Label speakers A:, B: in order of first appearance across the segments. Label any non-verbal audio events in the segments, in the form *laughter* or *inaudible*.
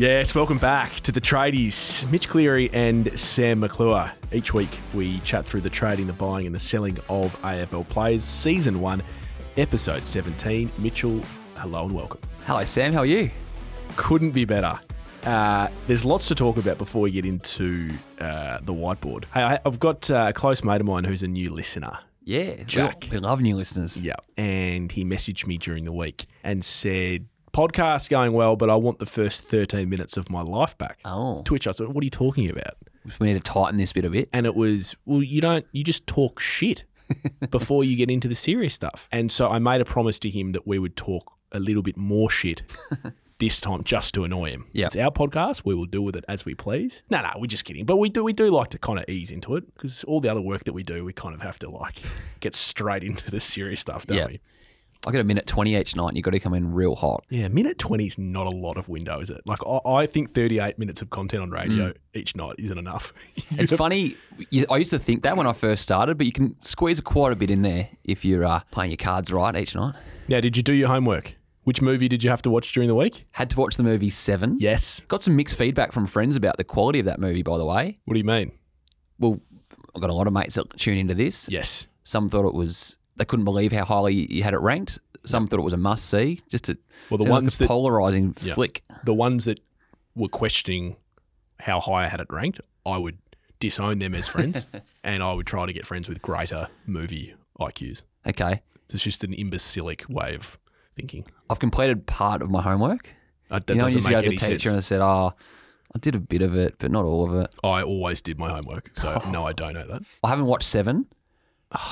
A: Yes, welcome back to the tradies. Mitch Cleary and Sam McClure. Each week we chat through the trading, the buying, and the selling of AFL players. Season 1, Episode 17. Mitchell, hello and welcome.
B: Hello, Sam. How are you?
A: Couldn't be better. Uh, there's lots to talk about before we get into uh, the whiteboard. Hey, I- I've got uh, a close mate of mine who's a new listener.
B: Yeah, we-
A: Jack.
B: We, love new listeners.
A: Yeah. And he messaged me during the week and said, Podcast going well, but I want the first 13 minutes of my life back.
B: Oh,
A: To which I said, What are you talking about?
B: we need to tighten this bit a bit.
A: And it was, Well, you don't, you just talk
B: *laughs*
A: shit before you get into the serious stuff. And so I made a promise to him that we would talk a little bit more
B: *laughs*
A: shit. This time, just to annoy him.
B: Yeah.
A: It's our podcast. We will deal with it as we please. No, no, we're just kidding. But we do, we do like to kind of ease into it because all the other work that we do, we kind of have to like *laughs* get straight into the serious stuff, don't
B: Yeah.
A: we?
B: I get a minute twenty each night, and you got to come in real hot.
A: Yeah, minute 20 is not a lot of window, is it? Like, I, I think 38 minutes of content on
B: Mm.
A: radio each night isn't enough. *laughs*
B: It's funny. you- I used to think that when I first started, but you can squeeze quite a bit in there if you're uh, playing your cards right each night.
A: now, did you do your homework? Which movie did you have to watch during the week?
B: Had to watch the movie Seven.
A: Yes.
B: Got some mixed feedback from friends about the quality of that movie. By the way,
A: What do you mean?
B: well, I've got a lot of mates that tune into this.
A: Yes.
B: Some thought it was they couldn't believe how highly you had it ranked. Some thought it was a must see. Just a
A: Well, the
B: sounded like
A: ones
B: a
A: that-
B: polarizing flick.
A: The ones that were questioning how high I had it ranked, I would disown them as
B: *laughs*
A: friends and I would try to get friends with greater movie IQs.
B: Okay,
A: It's just an imbecilic way of thinking.
B: I've completed part of my homework.
A: Uh, that
B: you know, I
A: doesn't
B: used to
A: make
B: go to the
A: any
B: teacher
A: sense.
B: and I said, "Oh, I did a bit of it, but not all of it.
A: I always did my homework.
B: *laughs*
A: So, no, I don't know that.
B: I haven't watched Seven,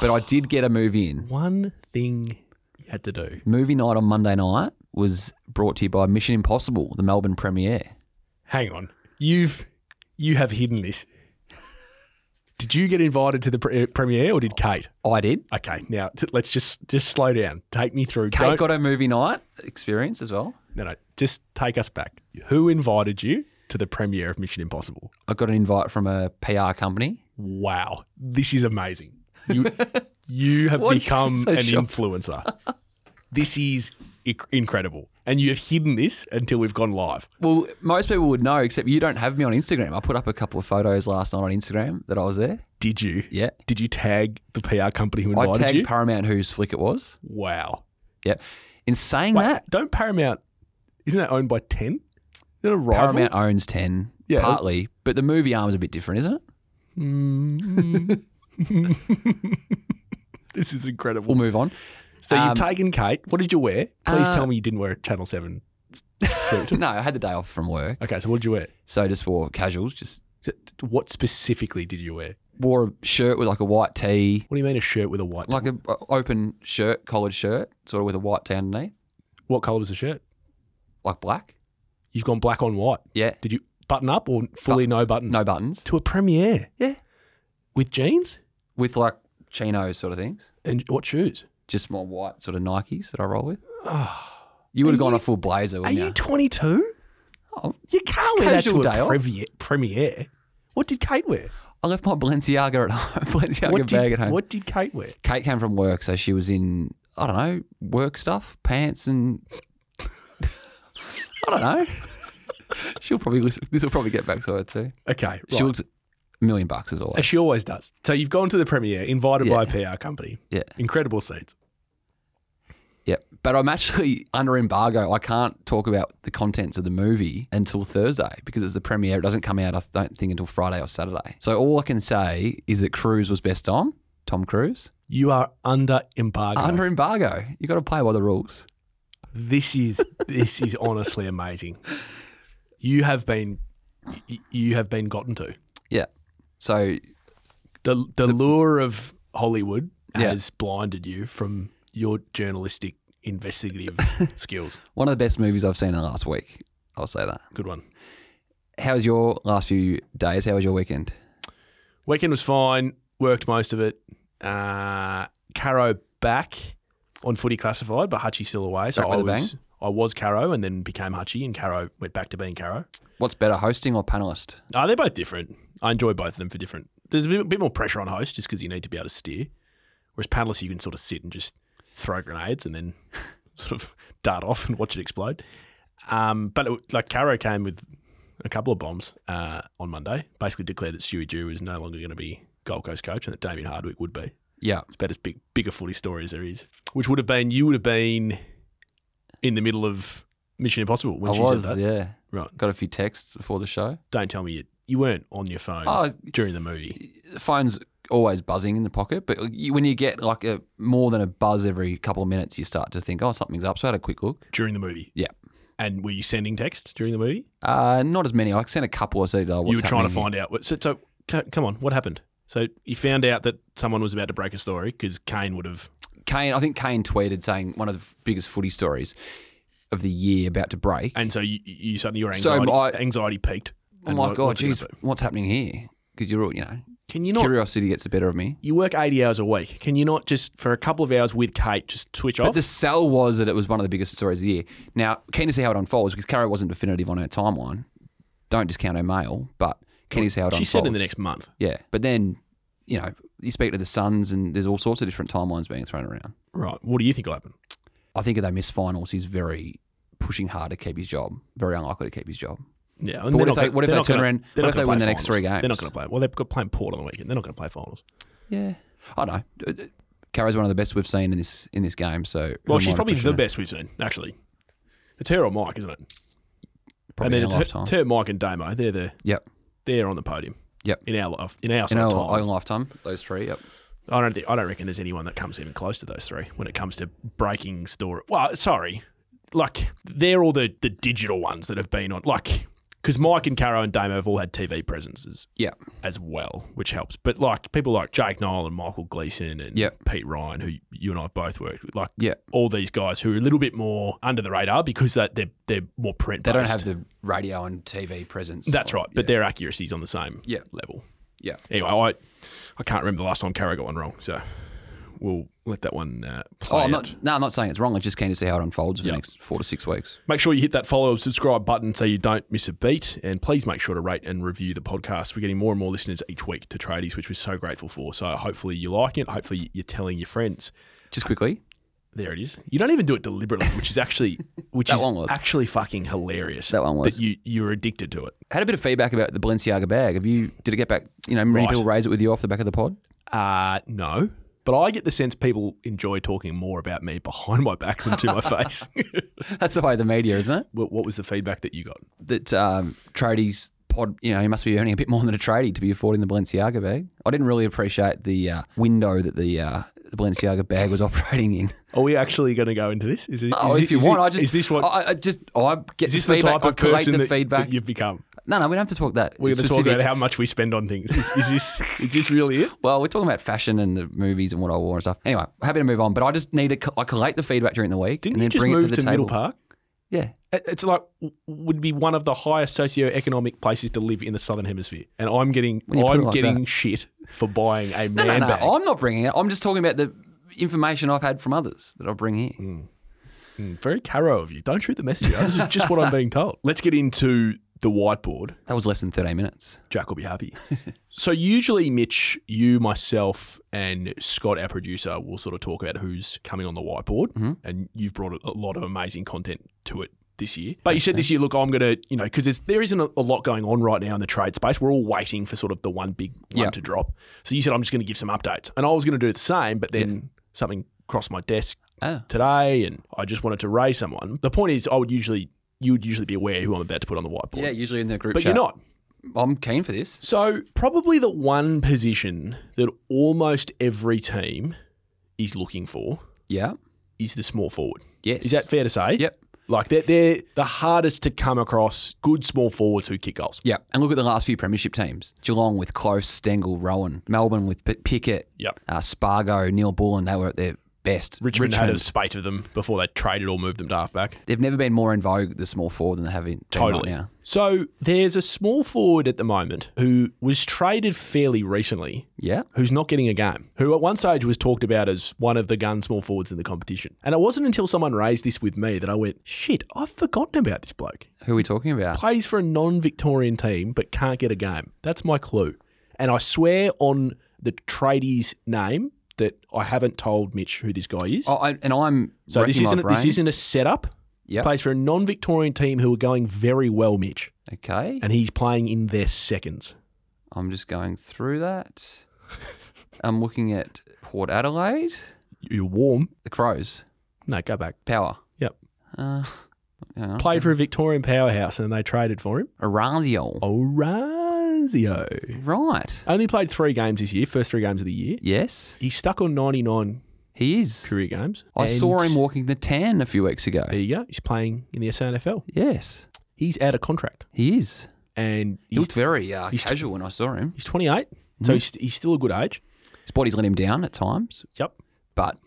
B: but I did get a movie in.
A: One thing you had to do.
B: Movie night on Monday night was brought to you by Mission Impossible, the Melbourne premiere.
A: Hang on. You've you have hidden this. Did you get invited to the pre- premiere or did Kate?
B: I did.
A: Okay, now t- let's just just slow down. Take me through.
B: Kate
A: Don't-
B: got her movie night experience as well.
A: no, no. Just take us back. Who invited you to the premiere of Mission Impossible?
B: I got an invite from a PR company.
A: Wow, this is amazing.
B: *laughs*
A: You you have
B: Why are you
A: become
B: so
A: an
B: shocked?
A: influencer. this is I- incredible, and you have hidden this until we've gone live.
B: Well, most people would know, except you don't have me on Instagram. I put up a couple of photos last night on Instagram that I was there.
A: Did you?
B: Yeah.
A: Did you tag the PR company who
B: I
A: invited
B: tagged
A: you?
B: Paramount whose flick it was.
A: wow.
B: Yeah. In saying
A: Wait,
B: that,
A: Don't Paramount, isn't that owned by 10? Is that a rival?
B: Paramount owns 10
A: Yeah.
B: partly, but the movie arm's a bit different, isn't it?
A: *laughs* This is incredible.
B: We'll move on.
A: so you've
B: um,
A: taken Kate. What did you wear? Please
B: Uh,
A: tell me you didn't wear a Channel 7 suit.
B: no, I had the day off from work,
A: okay, so what did you wear?
B: so I just wore casuals. Just
A: So t- What specifically did you wear?
B: wore a shirt with like a white tee,
A: What do you mean a shirt with a white?
B: like a a open shirt, collared shirt, sort of with a white tee underneath,
A: what colour was the shirt?
B: like black.
A: You've gone black on white.
B: Yeah,
A: Did you button up or fully no buttons?
B: no buttons.
A: To a premiere
B: Yeah,
A: with jeans
B: with like chinos sort of things.
A: and what shoes?
B: Just my white sort of Nikes that I roll with. you would have gone a full blazer,
A: Are
B: wouldn't you?
A: you 22?
B: Oh,
A: You can't wear that to
B: Casual day
A: a
B: off.
A: premiere, premiere. What did Kate wear?
B: I left my Balenciaga at *laughs* home. Balenciaga
A: What
B: bag
A: did,
B: at home.
A: what did Kate wear?
B: Kate came from work, so she was in I don't know work stuff, pants, and I don't know. *laughs* She'll probably listen. This will probably get back to her too.
A: Okay, right.
B: She looks a million bucks as always.
A: as she always does. So you've gone to the premiere, invited by a PR company.
B: Yeah.
A: Incredible seats.
B: yeah, but I'm actually under embargo. I can't talk about the contents of the movie until Thursday because it's the premiere. It doesn't come out, I don't think, until Friday or Saturday. So all I can say is that Cruise was best on Tom Cruise
A: You are under embargo.
B: under embargo. You got to play by the rules.
A: this is this is honestly amazing. You have been y- you have been gotten to.
B: Yeah. So
A: The the, lure of Hollywood
B: Yeah.
A: has blinded you from your journalistic
B: *laughs*
A: investigative skills.
B: One of the best movies I've seen in the last week. I'll say that.
A: Good one.
B: How was your last few days? How was your weekend?
A: Weekend was fine. Worked most of it. Uh, Caro back on footy classified, but Hutchie's still away. So
B: Back
A: I
B: with a
A: was I was Caro and then became Hutchie, and Caro went back to being Caro.
B: What's better, hosting or panelist?
A: Uh, they're both different. I enjoy both of them for different. There's a bit, bit more pressure on host just because you need to be able to steer, whereas panelists you can sort of sit and just throw grenades and then *laughs* sort of dart off and watch it explode. Um, but it, like Caro came with a couple of bombs uh, on Monday. Basically declared that Stewie Jew is no longer going to be Gold Coast coach and that Damien Hardwick would be.
B: Yeah.
A: It's about as big bigger footy story as there is. Which would have been you would have been in the middle of Mission Impossible when
B: I
A: she
B: was,
A: said that.
B: yeah.
A: Right.
B: Got a few texts before the show.
A: Don't tell me you, you weren't on your phone
B: Oh,
A: during the movie.
B: the phone's always buzzing in the pocket, but you, when you get like a more than a buzz every couple of minutes, you start to think, oh, something's up. So I had a quick look.
A: During the movie.
B: Yeah.
A: And were you sending texts during the movie?
B: Uh, not as many. I sent a couple. I said, oh, what's
A: you were trying to
B: happening
A: find out. What, so, so c- come on, what happened? So you found out that someone was about to break a story because Kane would have.
B: here?" Kane, I think Kane tweeted saying one of the biggest footy stories of the year about to break.
A: And so you, you suddenly your
B: So
A: anxiety,
B: my-
A: anxiety peaked.
B: oh
A: And
B: my
A: what-
B: god,
A: what's it gonna
B: geez,
A: be?
B: what's happening here? Because you're all, you know,
A: Can you not?
B: curiosity gets the better of me.
A: You work 80 hours a week. Can you not just, for a couple of hours with Kate, just switch
B: But
A: off?
B: the sell was that it was one of the biggest stories of the year. Now, keen to see how it unfolds because Carrie wasn't definitive on her timeline. Don't discount her mail, but keen to see how it
A: she
B: unfolds.
A: said in the next month.
B: Yeah. But then, you know, you speak to the Suns and there's all sorts of different timelines being thrown around.
A: Right. What do you think will happen?
B: I think if they miss finals, he's very pushing hard to keep his job. Very unlikely to keep his job.
A: Yeah.
B: But what if they- what if they turn around-
A: They're not
B: what
A: gonna
B: if they win
A: play
B: the
A: finals.
B: next three
A: They're
B: games?
A: not going to play. Well, they've got playing Port on the weekend. They're not going to play finals.
B: Yeah. I don't know. Uh, Carrie's one of the best we've seen in this in this game. So
A: Well,
B: who am I
A: she's
B: to
A: probably
B: question
A: the
B: her?
A: best we've seen, actually. It's her or Mike, isn't it?
B: Probably in
A: and
B: our
A: then it's her,
B: lifetime.
A: it's her, Mike, and Damo. They're the
B: Yep.
A: they're on the podium.
B: Yep.
A: In our life, in our,
B: In
A: sort
B: our
A: of
B: own
A: time.
B: lifetime, those three. Yep.
A: I don't think I don't reckon there's anyone that comes even close to those three when it comes to breaking story. Well, sorry, like they're all the the digital ones that have been on, like because Mike and Caro and Damo have all had TV presences
B: Yeah.
A: as well, which helps. But like people like Jake Nile and Michael Gleason and
B: Yep.
A: Pete Ryan, who you and I have both worked with, like
B: Yeah.
A: all these guys who are a little bit more under the radar because that they're they're more print.
B: They don't have the radio and TV presence.
A: That's right, but
B: yeah.
A: their accuracy's on the same
B: Yeah.
A: level.
B: Yeah.
A: Anyway, I I can't remember the last time Carragher got one wrong, so we'll let that one uh, play
B: Oh, I'm
A: out.
B: not. No, I'm not saying it's wrong. I just keen to see how it unfolds for
A: Yeah.
B: the next four to six weeks.
A: Make sure you hit that follow and subscribe button so you don't miss a beat. And please make sure to rate and review the podcast. We're getting more and more listeners each week to Tradies, which we're so grateful for. So hopefully you're liking it. Hopefully you're telling your friends.
B: Just quickly,
A: There it is. You don't even do it deliberately, which is
B: *laughs*
A: actually which
B: That
A: is
B: one was.
A: actually fucking hilarious.
B: That one was.
A: But you you're addicted to it.
B: had a bit of feedback about the Balenciaga bag. Have you? Did it get back? You know, many
A: Right.
B: people raise it with you off the back of the pod. *laughs*
A: Uh, no. But I get the sense people enjoy talking more about me behind my back than
B: *laughs*
A: to my face. *laughs*
B: That's the way of the media, isn't it?
A: what, what was the feedback that you got?
B: That um, tradies pod. You know, he must be earning a bit more than a tradie to be affording the Balenciaga bag. I didn't really appreciate the uh, window that the uh, the Balenciaga bag was *laughs* operating in.
A: Are we actually going to go into this? Is it,
B: Oh,
A: is
B: if
A: it-
B: you
A: is
B: want,
A: it-
B: I just
A: is this what?
B: I, I just I get
A: is this
B: the
A: the
B: feedback.
A: type of
B: I collate
A: person
B: the
A: that,
B: feedback.
A: that you've become?
B: no, no, we don't have to talk that.
A: We're going to talk
B: specifics.
A: about how much we spend on things. Is, is
B: *laughs*
A: this is this really it?
B: Well, we're talking about fashion and the movies and what I wore and stuff. Anyway, happy to move on, but I just need to co- I collate the feedback during the week
A: Didn't
B: and
A: you
B: then
A: just
B: bring
A: move
B: it to
A: to
B: the
A: Middle
B: table.
A: Park?
B: Yeah,
A: It- It's like would be one of the highest socio-economic places to live in the southern hemisphere, and I'm getting
B: you put it
A: I'm
B: like
A: getting
B: that.
A: shit for buying a
B: *laughs* no, no,
A: man
B: no.
A: bag.
B: I'm not bringing it. I'm just talking about the information I've had from others that I bring here.
A: Mm, Very caro of you. Don't shoot the messenger. This is just what I'm being told. Let's get into the whiteboard.
B: That was less than 13 minutes.
A: Jack will be happy. *laughs* so usually, Mitch, you, myself, and Scott, our producer, will sort of talk about who's coming on the whiteboard,
B: Mm-hmm.
A: and you've brought a- a lot of amazing content to it this year. But you said this year, look, I'm gonna, you know, because there isn't a, a lot going on right now in the trade space. We're all waiting for sort of the one big one
B: Yeah.
A: to drop. So you said I'm just gonna give some updates, and I was gonna do the same, but then something crossed my desk
B: Oh,
A: today, and I just wanted to raise someone. The point is, I would usually. You would usually be aware who I'm about to put on the whiteboard.
B: yeah, usually in the group
A: but
B: chat.
A: you're not.
B: I'm keen for this.
A: So, probably the one position that almost every team is looking for
B: Yeah.
A: is the small forward.
B: Yes.
A: Is that fair to say?
B: Yep.
A: Like they're, they're the hardest to come across good small forwards who kick goals.
B: Yeah. And look at the last few premiership teams. Geelong with Close, Stengel, Rowan. Melbourne with P- Pickett,
A: Yep.
B: uh, Spargo, Neil Bullen. They were at their best.
A: Richmond, had a spate of them before they traded or moved them to halfback.
B: They've never been more in vogue, the small forward, than they have in been right
A: Totally.
B: now.
A: So there's a small forward at the moment who was traded fairly recently
B: Yeah.
A: who's not getting a game, who at one stage was talked about as one of the gun small forwards in the competition. And it wasn't until someone raised this with me that I went, shit, I've forgotten about this bloke.
B: Who are we talking about?
A: Plays for a non Victorian team but can't get a game. That's my clue. And I swear on the tradie's name that I haven't told Mitch who this guy is.
B: Oh, I, and I'm
A: so this
B: wrecking my
A: isn't this
B: brain.
A: isn't a setup.
B: Yep.
A: Plays for a non-Victorian team who are going very well, Mitch,
B: Okay.
A: and he's playing in their seconds.
B: I'm just going through that. I'm looking at Port Adelaide,
A: You're warm.
B: the Crows,
A: No, go back.
B: Power.
A: Yep.
B: Uh, yeah.
A: Played for a Victorian powerhouse, and they traded for him.
B: Orazio.
A: Oh, Orazio.
B: Right.
A: Only played three games this year. First three games of the year.
B: Yes,
A: He's stuck on 99
B: he is.
A: career games.
B: I
A: And
B: saw him walking the tan a few weeks ago.
A: There you go. He's playing in the SNFL.
B: Yes,
A: He's out of contract,
B: he is.
A: and
B: He Mm-hmm.
A: he's,
B: looked very uh,
A: he's-
B: casual when I saw him.
A: he's 28, so he's, he's still a good age.
B: His body's let him down at times,
A: Yep.
B: but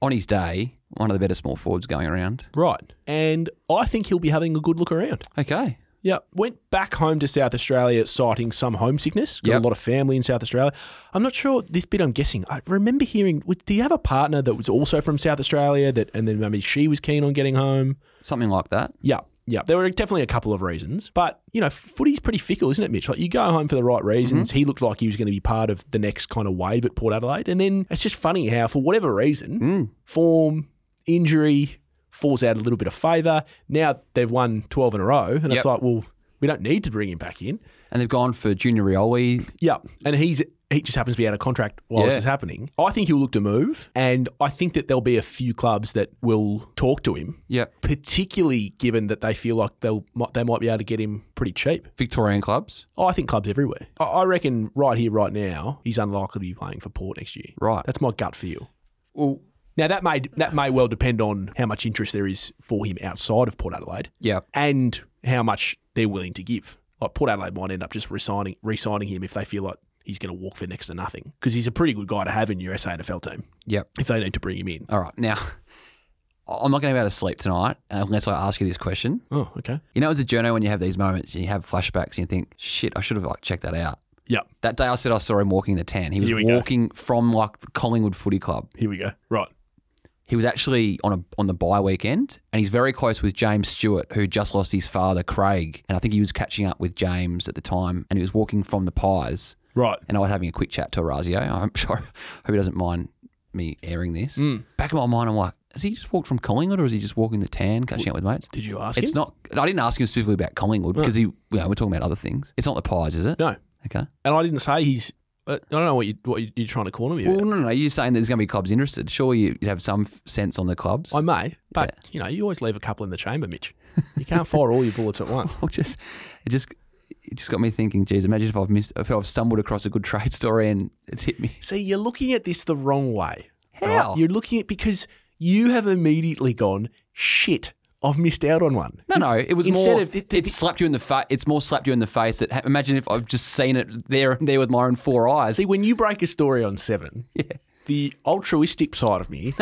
B: on his day, one of the better small forwards going around.
A: Right. And I think he'll be having a good look around.
B: Okay.
A: Yeah. Went back home to South Australia citing some homesickness. Got
B: Yep.
A: a lot of family in South Australia. I'm not sure this bit I'm guessing. I remember hearing was- do you have a partner that was also from South Australia that and then maybe she was keen on getting home?
B: Something like that.
A: Yeah. Yeah. There were definitely a couple of reasons. But, you know, footy's pretty fickle, isn't it, Mitch? Like you go home for the right reasons.
B: Mm-hmm.
A: He looked like he was going to be part of the next kind of wave at Port Adelaide. And then it's just funny how for whatever reason,
B: Mm.
A: form, injury falls out a little bit of favour. Now they've won 12 in a row, and
B: Yep.
A: it's like, well, we don't need to bring him back in.
B: And they've gone for Junior Rioli.
A: Yeah, and he's he just happens to be out of contract while this
B: Yeah.
A: is happening. I think he'll look to move, and I think that there'll be a few clubs that will talk to him,
B: Yep.
A: particularly given that they feel like they'll might- they might be able to get him pretty cheap.
B: Victorian clubs.
A: Oh, I think clubs everywhere. I- I reckon right here, right now, he's unlikely to be playing for Port next year.
B: Right.
A: That's my gut feel.
B: Well,
A: Now that may that may well depend on how much interest there is for him outside of Port Adelaide
B: yeah.
A: and how much they're willing to give. Like Port Adelaide might end up just resigning resigning him if they feel like he's going to walk for next to nothing because he's a pretty good guy to have in your SANFL team
B: Yep.
A: if they need to bring him in.
B: All right. Now, *laughs* I'm not going to be able to sleep tonight unless I ask you this question.
A: Oh, okay.
B: You know, as a journo, when you have these moments and you have flashbacks and you think, shit, I should have like checked that out.
A: Yeah,
B: That day I said I saw him walking the tan. He was
A: Here we go.
B: walking from like the Collingwood Footy Club.
A: here we go. Right.
B: He was actually on a on the bye weekend, and he's very close with James Stewart, who just lost his father Craig, and I think he was catching up with James at the time, and he was walking from the Pies,
A: Right.
B: and I was having a quick chat to Orazio. *laughs* I'm sure, hope he doesn't mind me airing this.
A: Mm.
B: Back of my mind, I'm like, has he just walked from Collingwood, or is he just walking the tan, catching up with mates?
A: Did you ask
B: It's
A: him?
B: not. I didn't ask him specifically about Collingwood because he. You know, we're talking about other things. It's not the Pies, is it?
A: No.
B: Okay.
A: And I didn't say he's. uh, I I don't know what you what you- you're trying to call him. Here.
B: Well, no, no, no. You're saying there's going to be clubs interested. Sure, you- you'd have some f- sense on the clubs. *laughs*
A: I may, but you know, you always leave a couple in the chamber, Mitch. You can't fire all your bullets at once.
B: Well, just it just it just got me thinking. Geez, imagine if I've missed if I've stumbled across a good trade story and it's hit me.
A: *laughs* See, you're looking at this the wrong way.
B: How?
A: You're looking at because you have immediately gone, shit, I've missed out on one.
B: No, no, it was
A: Instead
B: more.
A: of-
B: it,
A: it- it-
B: slapped you in the face. It's more slapped you in the face. That, imagine if I've just seen it there and there with my own four eyes.
A: See, when you break a story on seven, *laughs* the altruistic side of *laughs* me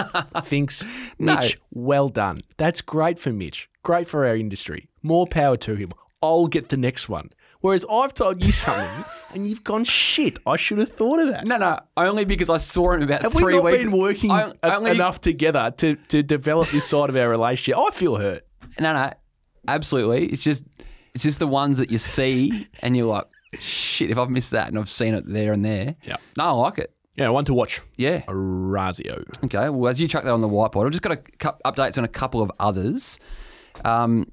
A: thinks, Mitch, well done. That's great for Mitch. Great for our industry. More power to him. I'll get the next one. Whereas I've told you *laughs* something and you've gone, shit, I should have thought of that.
B: no, no, only because I saw him about
A: Have
B: three
A: we not
B: weeks.
A: been working
B: I-
A: e-
B: only-
A: enough together to, to develop this side of our relationship? I feel hurt.
B: No, no, absolutely. It's just it's just the ones that you see and you're like, shit. If I've missed that and I've seen it there and there.
A: Yeah.
B: No, I like it.
A: Yeah, one to watch.
B: Yeah.
A: Razio.
B: Okay. Well, as you chuck that on the whiteboard, I've just got a cou- updates on a couple of others. Um,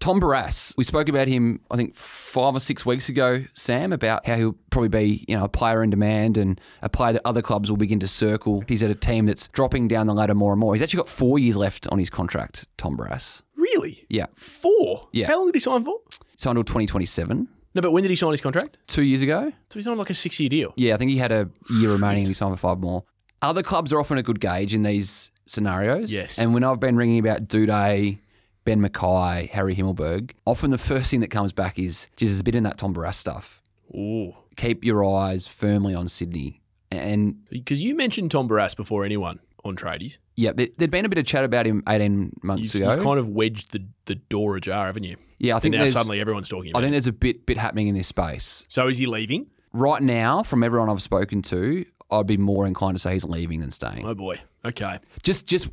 B: Tom Barras, we spoke about him, I think five or six weeks ago, Sam, about how he'll probably be, you know, a player in demand and a player that other clubs will begin to circle. He's at a team that's dropping down the ladder more and more. He's actually got four years left on his contract, Tom Barras.
A: Really?
B: Yeah,
A: Four?
B: Yeah.
A: How long did he sign for?
B: so until 2027,
A: No, but when did he sign his contract?
B: two years ago.
A: So he signed like a six year deal.
B: Yeah, I think he had a
A: *sighs*
B: year remaining and he signed for five more. Other clubs are often a good gauge in these scenarios.
A: Yes.
B: And when I've been ringing about Duday, Ben Mackay, Harry Himmelberg, often the first thing that comes back is, geez, there's a bit in that Tom Barras stuff.
A: Ooh.
B: Keep your eyes firmly on Sydney. And
A: Because you mentioned Tom Barras before anyone on tradies.
B: yeah, there- there'd been a bit of chat about him 18 months
A: You've,
B: ago.
A: you've kind of wedged the, the door ajar, haven't you?
B: yeah, I
A: And
B: think
A: now
B: there's,
A: suddenly everyone's talking
B: I
A: about it.
B: think there's a bit bit happening in this space.
A: So is he leaving?
B: Right now, from everyone I've spoken to, I'd be more inclined to say he's leaving than staying.
A: Oh boy. Okay.
B: just just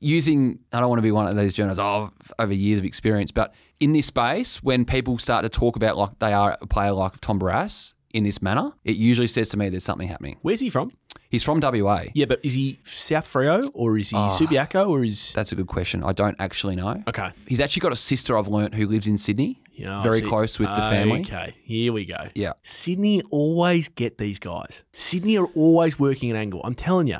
B: using I don't want to be one of those journalists oh, over years of experience, but in this space, when people start to talk about like they are a player like Tom Barras in this manner, it usually says to me there's something happening.
A: Where's he from?
B: He's from WA.
A: Yeah, but is he South Frio or is he
B: Ah.
A: Subiaco or is
B: That's a good question. I don't actually know.
A: okay?
B: He's actually got a sister I've learnt who lives in Sydney.
A: Yeah, I
B: very
A: see.
B: close with the family.
A: Okay, here we go.
B: Yeah.
A: Sydney always get these guys. Sydney are always working an angle. I'm telling you,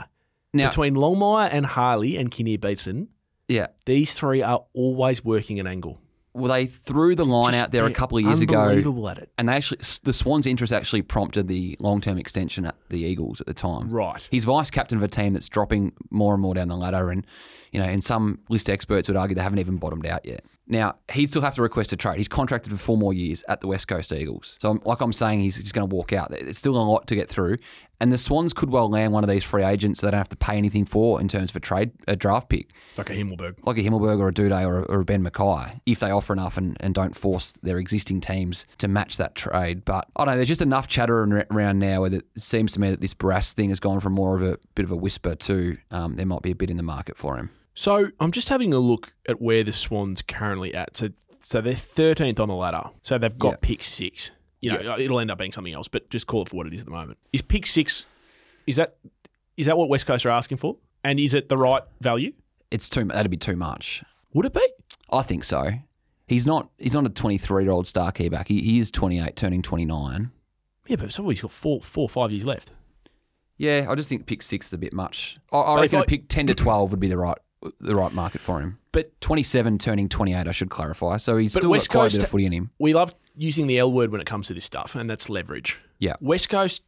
B: Now,
A: between Longmire and Harley and Kinnear Beatson,
B: yeah.
A: these three are always working an angle.
B: Well, they threw the line
A: Just-
B: out there a
A: they're
B: couple of years ago.
A: unbelievable at it.
B: And they actually, s- the Swans' interest actually prompted the long-term extension at the Eagles at the time.
A: Right.
B: He's vice captain of a team that's dropping more and more down the ladder, and you know, and some list experts would argue they haven't even bottomed out yet. Now he'd still have to request a trade. He's contracted for four more years at the West Coast Eagles. So, I'm, like I'm saying, he's just going to walk out. It's still a lot to get through, and the Swans could well land one of these free agents they don't have to pay anything for in terms of a trade, a draft pick
A: Like a Himmelberg.
B: like a Himmelberg or a Duday or a, or a Ben Mackay if they offer enough and, and don't force their existing teams to match that trade. But I don't know, there's just enough chatter ar- around now where it seems to me that this brass thing has gone from more of a bit of a whisper to um, there might be a bit in the market for him.
A: So I'm just having a look at where the Swans currently at. So so they're 13th on the ladder. So they've got
B: Yeah.
A: pick six. You know, it'll end up being something else, but just call it for what it is at the moment. Is pick six? Is that is that what West Coast are asking for? And is it the right value?
B: It's too that'd be too much.
A: Would it be?
B: I think so. He's not he's not a 23 year old star key back. He, he is 28, turning 29.
A: Yeah, but somebody's got four, four or five years left.
B: Yeah, I just think pick six is a bit much. I, I
A: But
B: reckon
A: if
B: a
A: I-
B: pick ten to twelve would be the right the right market for him.
A: But-
B: twenty seven turning twenty eight, I should clarify. So he's
A: But
B: still
A: West
B: got quite a bit
A: Coast-
B: of footy in him.
A: We love using the L word when it comes to this stuff, and that's leverage.
B: Yeah,
A: West Coast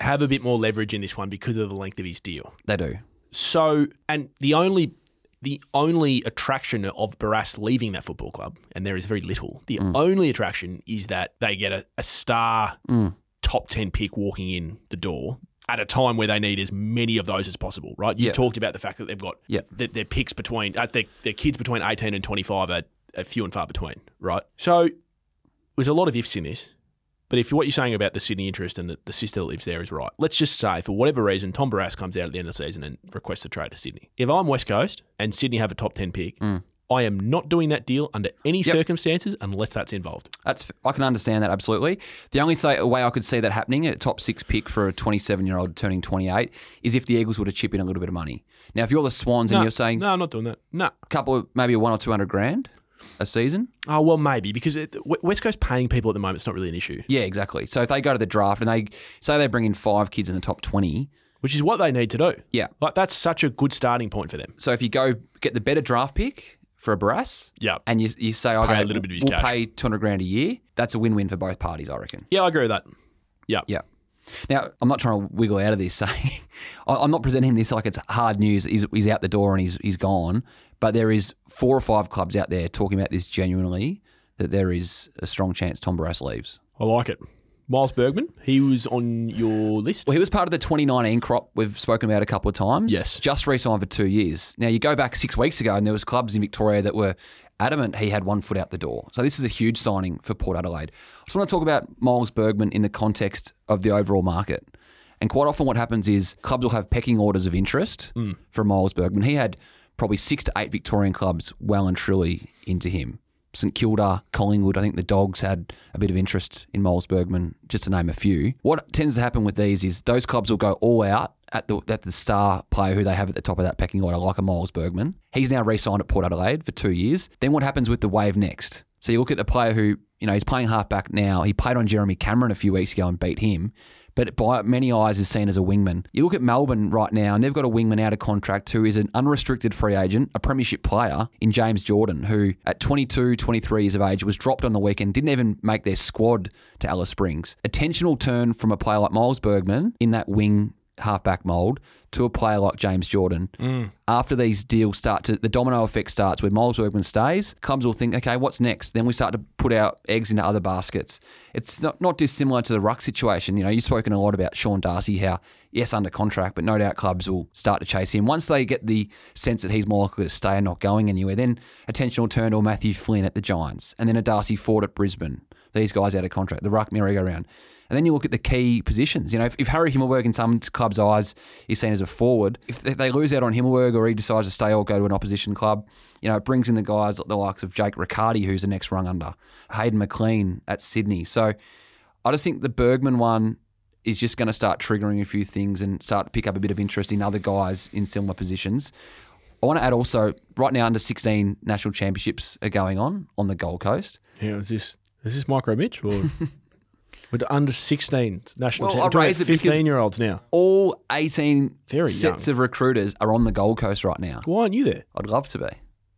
A: have a bit more leverage in this one because of the length of his deal.
B: they do.
A: So, and the only the only attraction of Barras leaving that football club, and there is very little. The only attraction is that they get a, a star top ten pick walking in the door at a time where they need as many of those as possible. Right? You've
B: Yeah.
A: talked about the fact that they've got
B: Yeah.
A: that their picks between uh, their, their kids between eighteen and twenty five are, are few and far between. Right? So, there's a lot of ifs in this. But if what you're saying about the Sydney interest and that the sister that lives there is right, let's just say for whatever reason, Tom Barras comes out at the end of the season and requests a trade to Sydney. If I'm West Coast and Sydney have a top 10 pick,
B: Mm.
A: I am not doing that deal under any circumstances unless that's involved.
B: That's I can understand that absolutely. The only say, way I could see that happening, a top six pick for a twenty seven year old turning twenty eight, is if the Eagles were to chip in a little bit of money. Now, if you're the Swans and
A: no,
B: you're saying
A: no, I'm not doing that. No.
B: a couple of maybe one or two hundred grand a season,
A: Oh, well, maybe because it, W- West Coast paying people at the moment is not really an issue,
B: yeah, exactly. So if they go to the draft and they say they bring in five kids in the top twenty,
A: which is what they need to do.
B: yeah,
A: Like, that's such a good starting point for them.
B: So if you go get the better draft pick for a brass,
A: Yeah.
B: and you, you say, okay,
A: a little bit of his
B: we'll
A: cash.
B: pay 200 grand a year, that's a win win for both parties, I reckon.
A: Yeah, I agree with that. Yeah.
B: Yeah. Now, I'm not trying to wiggle out of this *laughs* saying, I- I'm not presenting this like it's hard news. He's, he's out the door and he's, he's gone. But there is four or five clubs out there talking about this genuinely that there is a strong chance Tom Barras leaves.
A: I like it. Miles Bergman, he was on your list.
B: Well, he was part of the 2019 crop we've spoken about a couple of times.
A: Yes.
B: Just re signed for two years. Now, you go back six weeks ago, and there was clubs in Victoria that were adamant he had one foot out the door. So this is a huge signing for Port Adelaide. I just want to talk about Miles Bergman in the context of the overall market. And quite often what happens is clubs will have pecking orders of interest for Miles Bergman. He had probably six to eight Victorian clubs well and truly into him. St Kilda, Collingwood. I think the Dogs had a bit of interest in Moles Bergman, just to name a few. What tends to happen with these is those clubs will go all out at the at the star player who they have at the top of that pecking order, like a Moles Bergman. He's now re-signed at Port Adelaide for two years. Then what happens with the wave next? So you look at the player who you know he's playing halfback now. He played on Jeremy Cameron a few weeks ago and beat him. But by many eyes is seen as a wingman. You look at Melbourne right now, and they've got a wingman out of contract who is an unrestricted free agent, a premiership player in James Jordan, who at 22, 23 years of age was dropped on the weekend, didn't even make their squad to Alice Springs. Attentional turn from a player like Miles Bergman in that wing halfback mold to a player like James Jordan. After these deals start to, the domino effect starts where Miles Bergman stays, clubs will think, okay, what's next? Then we start to put our eggs into other baskets. It's not, not dissimilar to the ruck situation. You know, you've spoken a lot about Sean Darcy, how, yes, under contract, but no doubt clubs will start to chase him. Once they get the sense that he's more likely to stay and not going anywhere, then attention will turn to a Matthew Flynn at the Giants and then a Darcy Ford at Brisbane these guys out of contract, the ruck merry-go-round. And then you look at the key positions. You know, if, if Harry Himmelberg in some club's eyes is seen as a forward, if they- they lose out on Himmelberg or he decides to stay or go to an opposition club, you know, it brings in the guys like the likes of Jake Riccardi, who's the next rung under, Hayden McLean at Sydney. So I just think the Bergman one is just going to start triggering a few things and start to pick up a bit of interest in other guys in similar positions. I want to add also, right now, under 16 national championships are going on on the Gold Coast.
A: Yeah, is this is this micro Mitch
B: *laughs*
A: or with under sixteen national?
B: Well,
A: team-
B: I
A: we're talking
B: raise
A: about
B: it because-
A: fifteen year olds now.
B: All 18
A: Very
B: sets of recruiters are on the Gold Coast right now.
A: Why aren't you there?
B: I'd love to be.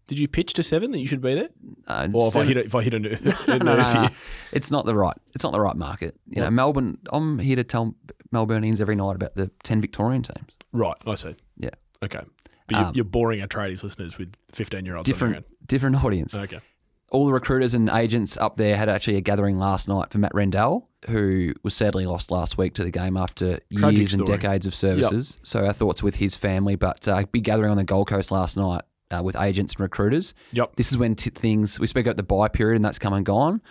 A: Did you pitch to seven that you should be there?
B: Uh,
A: Or if I
B: seven-
A: hit a, if I hit *laughs* a nerve, a
B: no,
A: nerve
B: no, no.
A: here.
B: It's not the right. It's not the right market. You know, Melbourne. I'm here to tell Melburnians every night about the ten Victorian teams.
A: right, I see.
B: Yeah,
A: Okay, but you're,
B: Um,
A: you're boring our tradies listeners with fifteen year olds.
B: different, different audience.
A: Okay,
B: All the recruiters and agents up there had actually a gathering last night for Matt Rendell, who was sadly lost last week to the game after
A: Tragic
B: years and
A: story.
B: decades of services. So our thoughts with his family. But uh, big gathering on the Gold Coast last night uh, with agents and recruiters.
A: yep.
B: This is when t- things we speak about the buy period, and that's come and gone.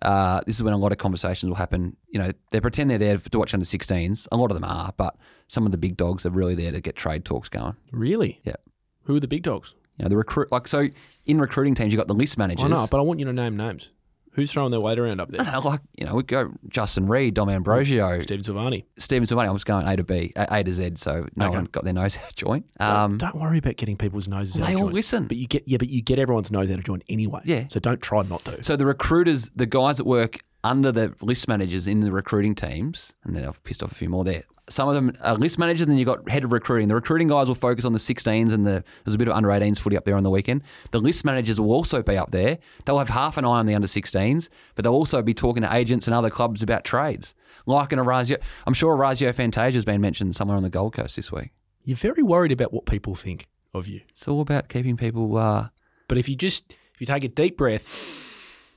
B: Uh, this is when a lot of conversations will happen. You know, they pretend they're there to watch under 16s. A lot of them are, but some of the big dogs are really there to get trade talks going.
A: Really?
B: Yeah.
A: Who are the big dogs?
B: You know, the recruit like so in recruiting teams, you have got the list managers.
A: I know, but I want you to name names. Who's throwing their weight around up there?
B: *laughs* like you know, we go Justin Reed, Dom Ambrosio,
A: Steven Silvani.
B: Stephen Silvani. I was going A to B, A A to Z, so no
A: Okay.
B: one got their nose *laughs* out of joint. Um,
A: don't worry about getting people's noses out
B: they
A: of
B: all
A: joint.
B: listen.
A: But you get yeah, but you get everyone's nose out of joint anyway.
B: Yeah.
A: So don't try not to.
B: So the recruiters, the guys that work under the list managers in the recruiting teams, and then I've pissed off a few more there. Some of them are list managers, then you've got head of recruiting. The recruiting guys will focus on the 16s and the there's a bit of under 18s footy up there on the weekend. The list managers will also be up there. They'll have half an eye on the under 16s, but they'll also be talking to agents and other clubs about trades. Like an Orazio, I'm sure Orazio Fantasia has been mentioned somewhere on the Gold Coast this week.
A: You're very worried about what people think of you.
B: It's all about keeping people uh,
A: But if you just if you take a deep breath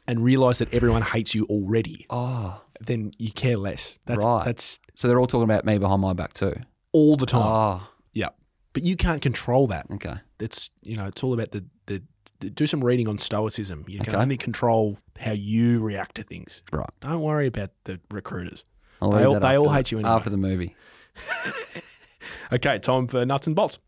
A: and realize that everyone hates you already,
B: oh,
A: then you care less. That's
B: Right.
A: that's
B: so they're all talking about me behind my back too.
A: all the time.
B: Oh,
A: yeah. But you can't control that.
B: okay.
A: It's you know, it's all about the the, the do some reading on stoicism. You can
B: Okay.
A: only control how you react to things.
B: Right.
A: Don't worry about the recruiters.
B: I'll
A: They
B: leave
A: all-
B: that
A: they
B: after
A: all
B: the-
A: hate you anyway.
B: After the movie.
A: Okay, time for nuts and bolts.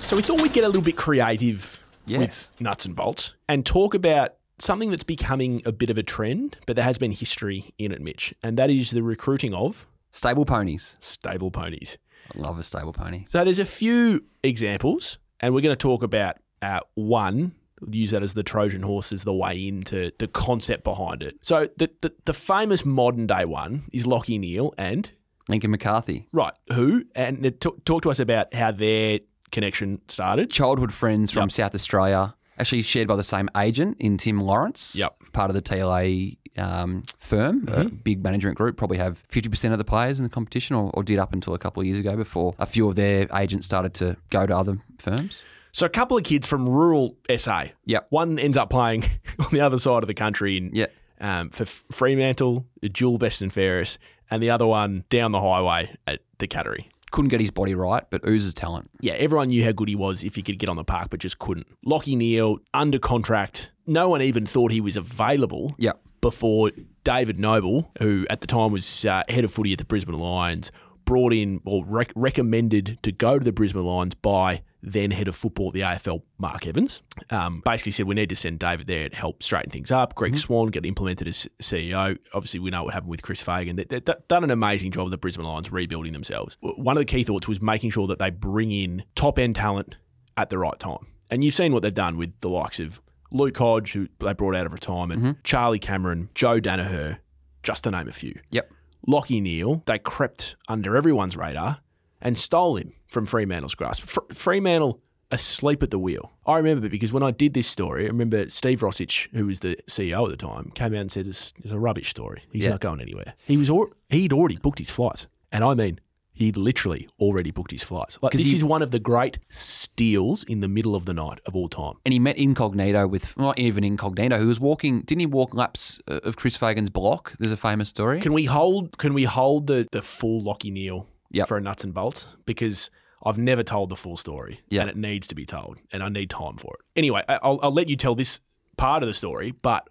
A: So we thought we'd get a little bit creative
B: Yeah.
A: with nuts and bolts and talk about something that's becoming a bit of a trend, but there has been history in it, Mitch, and that is the recruiting of
B: Stable ponies.
A: stable ponies.
B: I love a stable pony.
A: So there's a few examples, and we're going to talk about uh, one. We'll use that as the Trojan horse as the way into the concept behind it. So the, the, the famous modern day one is Lockie Neal and
B: Lincoln McCarthy.
A: Right. Who? And it- talk, talk to us about how their connection started.
B: Childhood friends from South Australia. Actually shared by the same agent in Tim Lawrence.
A: Yep. Mm-hmm.
B: Part of the TLA um, firm, a big management group, probably have 50% of the players in the competition or, or did up until a couple of years ago before a few of their agents started to go to other firms.
A: So a couple of kids from rural SA.
B: Yep.
A: One ends up playing *laughs* on the other side of the country in,
B: Yeah.
A: um, for F- Fremantle, Jewel Best and Ferris, and the other one down the highway at the Cattery.
B: Couldn't get his body right, but oozes talent.
A: Yeah, everyone knew how good he was if he could get on the park, but just couldn't. Lockie Neal, under contract. No one even thought he was available.
B: Yep.
A: before David Noble, who at the time was uh, head of footy at the Brisbane Lions, brought in or rec- recommended to go to the Brisbane Lions by then head of football at the AFL, Mark Evans. Um, basically said, we need to send David there to help straighten things up. Greg Swan got implemented as CEO. Obviously, we know what happened with Chris Fagan. They, they've done an amazing job of the Brisbane Lions rebuilding themselves. W- One of the key thoughts was making sure that they bring in top-end talent at the right time. And you've seen what they've done with the likes of Luke Hodge, who they brought out of retirement, Charlie Cameron, Joe Danaher, just to name a few.
B: Yep.
A: Lockie Neal, they crept under everyone's radar and stole him from Fremantle's grasp. Fr- Fremantle asleep at the wheel. I remember because when I did this story, I remember Steve Rossich, who was the CEO at the time, came out and said it's, it's a rubbish story. He's
B: Yeah.
A: not going anywhere. He was al- he'd already booked his flights, and I mean. He'd literally already booked his flights. Like
B: 'Cause
A: this
B: he-
A: is one of the great steals in the middle of the night of all time.
B: and he met Incognito with not even Incognito, who was walking. Didn't he walk laps uh, of Chris Fagan's block? There's a famous story.
A: Can we hold? Can we hold the the full Lockie Neal
B: Yep.
A: for a nuts and bolts? Because I've never told the full story,
B: Yep.
A: and it needs to be told, and I need time for it. Anyway, I- I'll, I'll let you tell this part of the story, but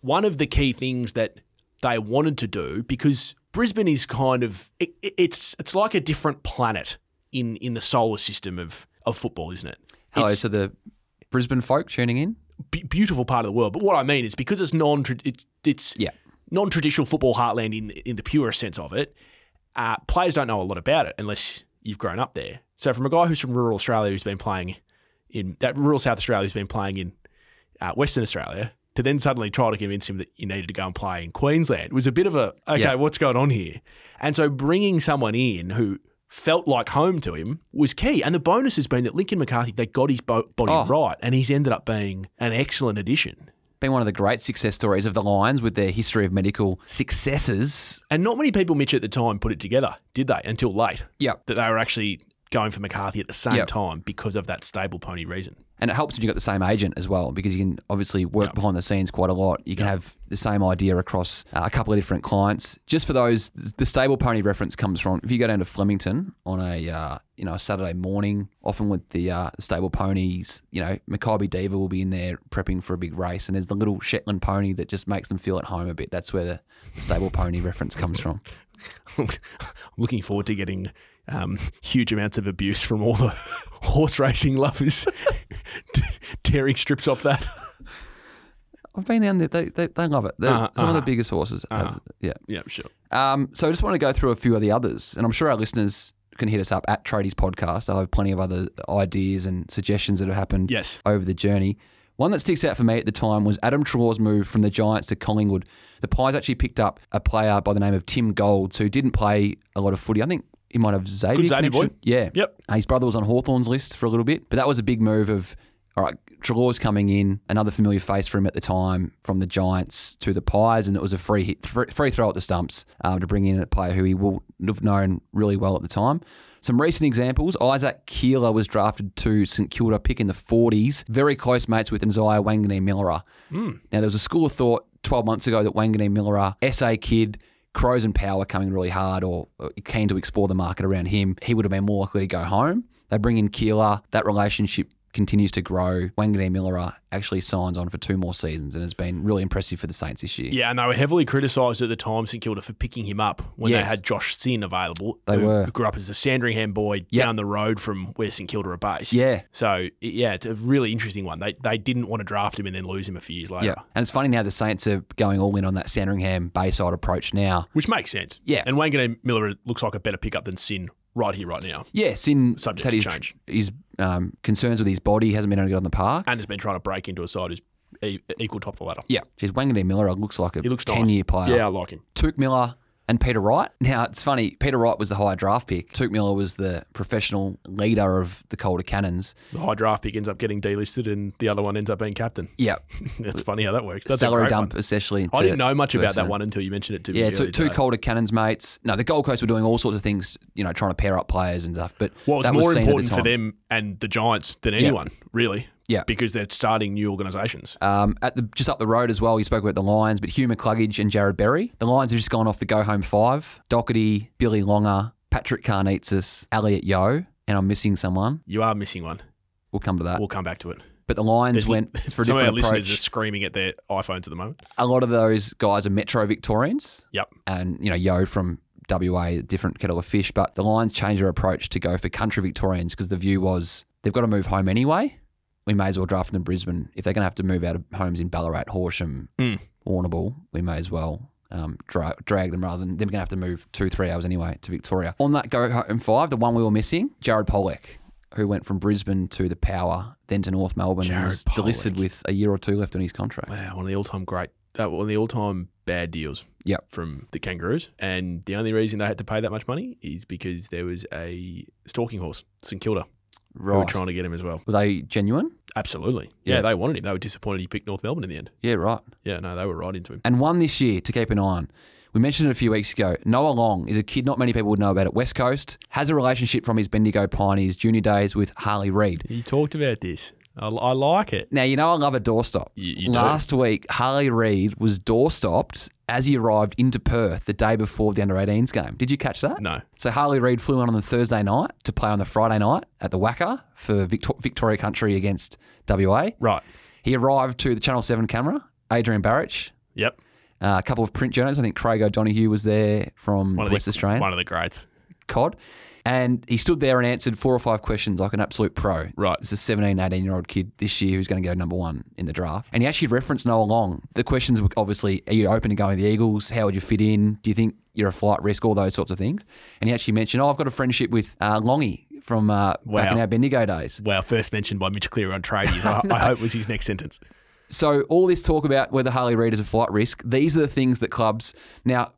A: one of the key things that they wanted to do because Brisbane is kind of it, it- it's it's like a different planet in in the solar system of of football, isn't it?
B: Hello
A: It's-
B: to the Brisbane folk tuning in.
A: be- beautiful part of the world. But what I mean is because it's non, it's it's
B: Yeah.
A: non-traditional football heartland in in the purest sense of it, uh, players don't know a lot about it unless you've grown up there. So from a guy who's from rural Australia who's been playing in that rural South Australia who's been playing in uh, Western Australia to then suddenly try to convince him that you needed to go and play in Queensland was a bit of a okay,
B: Yeah.
A: what's going on here? And so bringing someone in who felt like home to him was key. And the bonus has been that Lincoln McCarthy they got his bo- body
B: Oh.
A: right, and he's ended up being an excellent addition.
B: Been one of the great success stories of the Lions with their history of medical successes.
A: And not many people, Mitch, at the time put it together, did they? Until late,
B: Yep.
A: that they were actually going for McCarthy at the same
B: Yep.
A: time because of that stable pony reason. *laughs*
B: And it helps when you've got the same agent as well, because you can obviously work behind the scenes quite a lot. You can have the same idea across uh, a couple of different clients. Just for those, the stable pony reference comes from if you go down to Flemington on a uh, you know a Saturday morning, often with the uh, stable ponies. You know, Maccabi Diva will be in there prepping for a big race, and there's the little Shetland pony that just makes them feel at home a bit. That's where the stable pony reference comes from.
A: I'm looking forward to getting um, huge amounts of abuse from all the *laughs* horse racing lovers *laughs* t- tearing strips off that.
B: I've been down there; they, they, they love it. They're
A: Uh-huh,
B: some of
A: uh-huh.
B: the biggest horses. uh Yeah.
A: Yeah, sure.
B: Um, so I just want to go through a few of the others, and I'm sure our listeners can hit us up at Tradies Podcast. I'll have plenty of other ideas and suggestions that have happened
A: Yes.
B: over the journey. One that sticks out for me at the time was Adam Traw's move from the Giants to Collingwood. The Pies actually picked up a player by the name of Tim Golds, who didn't play a lot of footy. I think he might have Xavier.
A: Good Xavier boy.
B: connection. Yeah.
A: Yep.
B: Uh, His brother was on Hawthorn's list for a little bit, but that was a big move of, all right, Trelaw's coming in, another familiar face for him at the time from the Giants to the Pies, and it was a free hit, fr- free throw at the stumps um, to bring in a player who he will have known really well at the time. Some recent examples Isaac Keeler was drafted to St Kilda pick in the 40s, very close mates with Nzaya Wangane Millera. Now, there was a school of thought 12 months ago that Wangane Millera, SA kid, Crows and Power coming really hard or or keen to explore the market around him, he would have been more likely to go home. They bring in Keeler. That relationship continues to grow. Wangane Millera actually signs on for two more seasons and has been really impressive for the Saints this year.
A: Yeah, and they were heavily criticised at the time, St Kilda, for picking him up when they
B: Yes.
A: had Josh Sin available.
B: They
A: who,
B: were.
A: who grew up as a Sandringham boy
B: Yep.
A: down the road from where St Kilda are based.
B: Yeah.
A: So, it- yeah, it's a really interesting one. They, they didn't want to draft him and then lose him a few years later,
B: Yeah. And it's funny now the Saints are going all in on that Sandringham Bayside approach now.
A: which makes sense.
B: Yeah.
A: And Wangane Miller looks like a better pickup than Sin right here, right now,
B: Yeah, Sin
A: Subject
B: had
A: to
B: his,
A: change. Ah.
B: his um, concerns with his body, hasn't been able to get on the park.
A: and has been trying to break into a side who's e- equal top of the ladder.
B: yeah. Geez, Wangane Millera looks like a
A: He looks
B: 10
A: nice.
B: year player.
A: Yeah, I like him.
B: Tuke Miller and Peter Wright. Now it's funny, Peter Wright was the high draft pick. Tuke Miller was the professional leader of the Calder Cannons.
A: The high draft pick ends up getting delisted, and the other one ends up being captain. *laughs*
B: Yeah.
A: That's funny how that works. That's a
B: Salary
A: great
B: dump
A: One.
B: essentially.
A: I
B: to-
A: didn't know much
B: to
A: about that
B: Essendon.
A: one until you mentioned it to me.
B: Yeah, so
A: earlier
B: two
A: today.
B: Calder Cannons mates. No, the Gold Coast were doing all sorts of things, you know, trying to pair up players and stuff. But
A: What was
B: that
A: more
B: seen at the
A: important for
B: time.
A: them and the Giants than anyone, really?
B: Yeah.
A: Because they're starting new organisations.
B: Um, at the, just up the road as well, you spoke about the Lions, but Hugh McCluggage and Jared Berry. The Lions have just gone off the go home five. Doherty, Billy Longer, Patrick Carnetsis, Elliot Yo, and I'm missing someone.
A: You are missing one.
B: We'll come to that.
A: We'll come back to it.
B: But the Lions
A: There's- *laughs*
B: went for a
A: Some of our
B: different
A: listeners are
B: approach.
A: screaming at their iPhones at the moment.
B: A lot of those guys are Metro Victorians,
A: Yep.
B: and you know Yo from WA, different kettle of fish. But the Lions changed their approach to go for country Victorians because the view was they've got to move home anyway. We may as well draft them in Brisbane if they're going to have to move out of homes in Ballarat, Horsham,
A: Mm.
B: Warrnambool. We may as well. Um, dra- drag them rather than them going to have to move two, three hours anyway to Victoria. On that go home five, the one we were missing, Jared Pollock, who went from Brisbane to the Power, then to North Melbourne, and
A: Jared
B: was
A: Pollock.
B: delisted with a year or two left on his contract.
A: Wow, one of the all-time great, uh, one of the all-time bad deals.
B: Yep.
A: From the Kangaroos, and the only reason they had to pay that much money is because there was a stalking horse, St Kilda, who were
B: Right.
A: trying to get him as well.
B: Were they genuine?
A: Absolutely. Yeah,
B: Yeah.
A: they wanted him. They were disappointed he picked North Melbourne in the end.
B: Yeah, right.
A: Yeah, no, they were right into him.
B: And one this year to keep an eye on. We mentioned it a few weeks ago. Noah Long is a kid not many people would know about at West Coast. Has a relationship from his Bendigo Pioneers junior days with Harley Reid.
A: You talked about this. I, I like it.
B: Now, you know I love a doorstop.
A: You- you do.
B: Last week, Harley Reid was doorstopped as he arrived into Perth the day before the under 18s game. Did you catch that?
A: No.
B: So Harley Reid flew on on the Thursday night to play on the Friday night at the Wacker for Victor- Victoria Country against WA.
A: Right.
B: He arrived to the Channel 7 camera, Adrian Barrich,
A: Yep.
B: Uh, a couple of print journals. I think Craig O'Donoghue was there from
A: One of
B: West
A: the,
B: Australian.
A: One of the greats.
B: COD. And he stood there and answered four or five questions like an absolute pro.
A: Right.
B: It's a 17, 18 year old kid this year who's going to go number one in the draft. And he actually referenced Noah Long. The questions were obviously are you open to going to the Eagles? How would you fit in? Do you think you're a flight risk? All those sorts of things. And he actually mentioned, oh, I've got a friendship with uh, Longy from uh, back in
A: Wow.
B: our Bendigo days.
A: Wow, first mentioned by Mitch Cleary on tradies. I, I hope was his next sentence.
B: So all this talk about whether Harley Reid is a flight risk, these are the things that clubs now.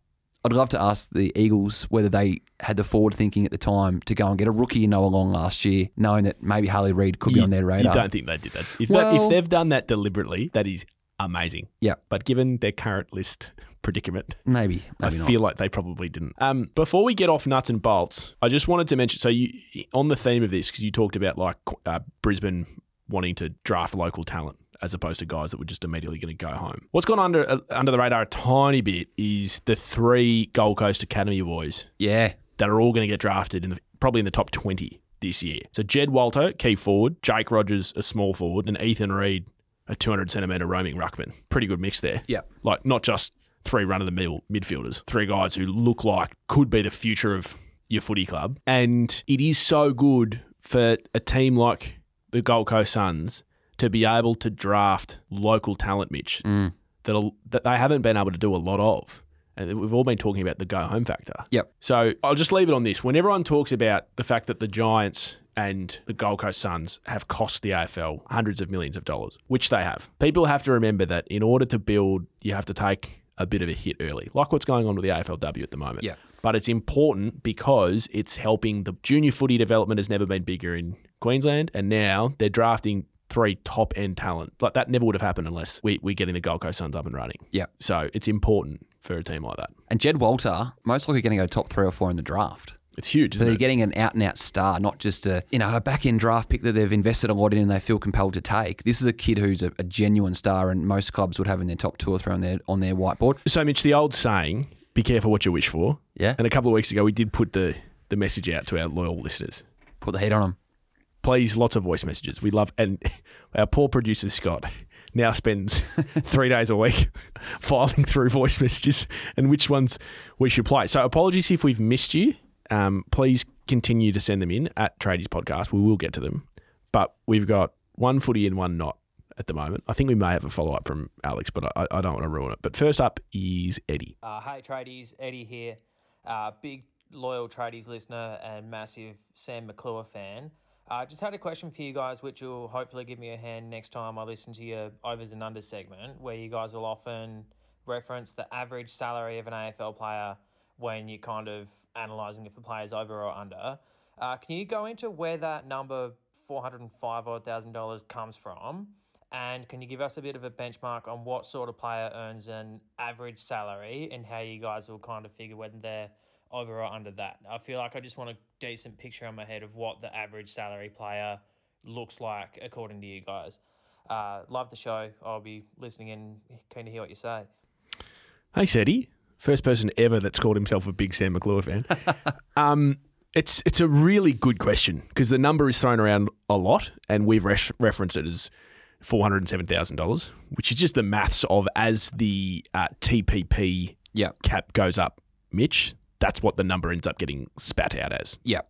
B: I'd love to ask the Eagles whether they had the forward thinking at the time to go and get a rookie in Noah Long last year, knowing that maybe Harley Reid could be on their radar.
A: You don't think they did that? If, that, if
B: Well-
A: they've done that deliberately, that is amazing.
B: Yeah.
A: But given their current list *laughs* predicament,
B: Maybe, maybe
A: I
B: not.
A: feel like they probably didn't. Um, before we get off nuts and bolts, I just wanted to mention. So you on the theme of this because you talked about like uh, Brisbane wanting to draft local talent as opposed to guys that were just immediately going to go home. What's gone under uh, under the radar a tiny bit is the three Gold Coast Academy boys
B: yeah,
A: that are all going to get drafted in the, probably in the top twenty this year. So Jed Walter, key forward, Jake Rogers, a small forward, and Ethan Reed, a two hundred centimeter roaming ruckman. Pretty good mix there
B: yeah,
A: like not just three run of the mill midfielders, three guys who look like could be the future of your footy club. And it is so good for a team like the Gold Coast Suns to be able to draft local talent, Mitch,
B: Mm.
A: that'll, that they haven't been able to do a lot of. And we've all been talking about the go home factor.
B: Yep.
A: So I'll just leave it on this. When everyone talks about the fact that the Giants and the Gold Coast Suns have cost the AFL hundreds of millions of dollars, which they have, people have to remember that in order to build, you have to take a bit of a hit early, like what's going on with the AFLW at the moment.
B: Yeah.
A: But it's important because it's helping the junior footy development has never been bigger in Queensland. And now they're drafting three top end talent. Like that never would have happened unless we, we're getting the Gold Coast Suns up and running.
B: yeah.
A: So it's important for a team like that.
B: And Jed Walter, most likely going to go top three or four in the draft.
A: It's huge,
B: So
A: isn't
B: they're
A: it?
B: getting an out and out star, not just a you know a back end draft pick that they've invested a lot in and they feel compelled to take. This is a kid who's a, a genuine star, and most clubs would have in their top two or three on their on their whiteboard.
A: So, Mitch, the old saying, be careful what you wish for.
B: Yeah,
A: And a couple of weeks ago, we did put the, the message out to our loyal listeners.
B: put the heat on them.
A: Please, lots of voice messages. We love, and *laughs* our poor producer, Scott, *laughs* now spends three days a week *laughs* filing through voice messages and which ones we should play. So, apologies if we've missed you. Um, please continue to send them in at Tradies Podcast. We will get to them. But we've got one footy and one not at the moment. I think we may have a follow up from Alex, but I, I don't want to ruin it. But first up is Eddie.
C: Uh, hey tradies, Eddie here, uh, big loyal tradies listener and massive Sam McClure fan. uh, just had a question for you guys, which will hopefully give me a hand next time I listen to your overs and unders segment, where you guys will often reference the average salary of an AFL player when you're kind of analysing if a player's over or under. Uh, can you go into where that number four hundred and five odd thousand dollars comes from? And can you give us a bit of a benchmark on what sort of player earns an average salary and how you guys will kind of figure whether they're over or under that? I feel like I just want a decent picture in my head of what the average salary player looks like according to you guys. Uh, love the show. I'll be listening and keen to hear what you say.
A: Thanks, Eddie. First person ever that's called himself a big Sam McClure fan. *laughs* um, it's it's a really good question because the number is thrown around a lot, and we've res- referenced it as four hundred and seven thousand dollars, which is just the maths of as the uh, TPP
B: Yeah,
A: cap goes up, Mitch. That's what the number ends up getting spat out as.
B: yeah.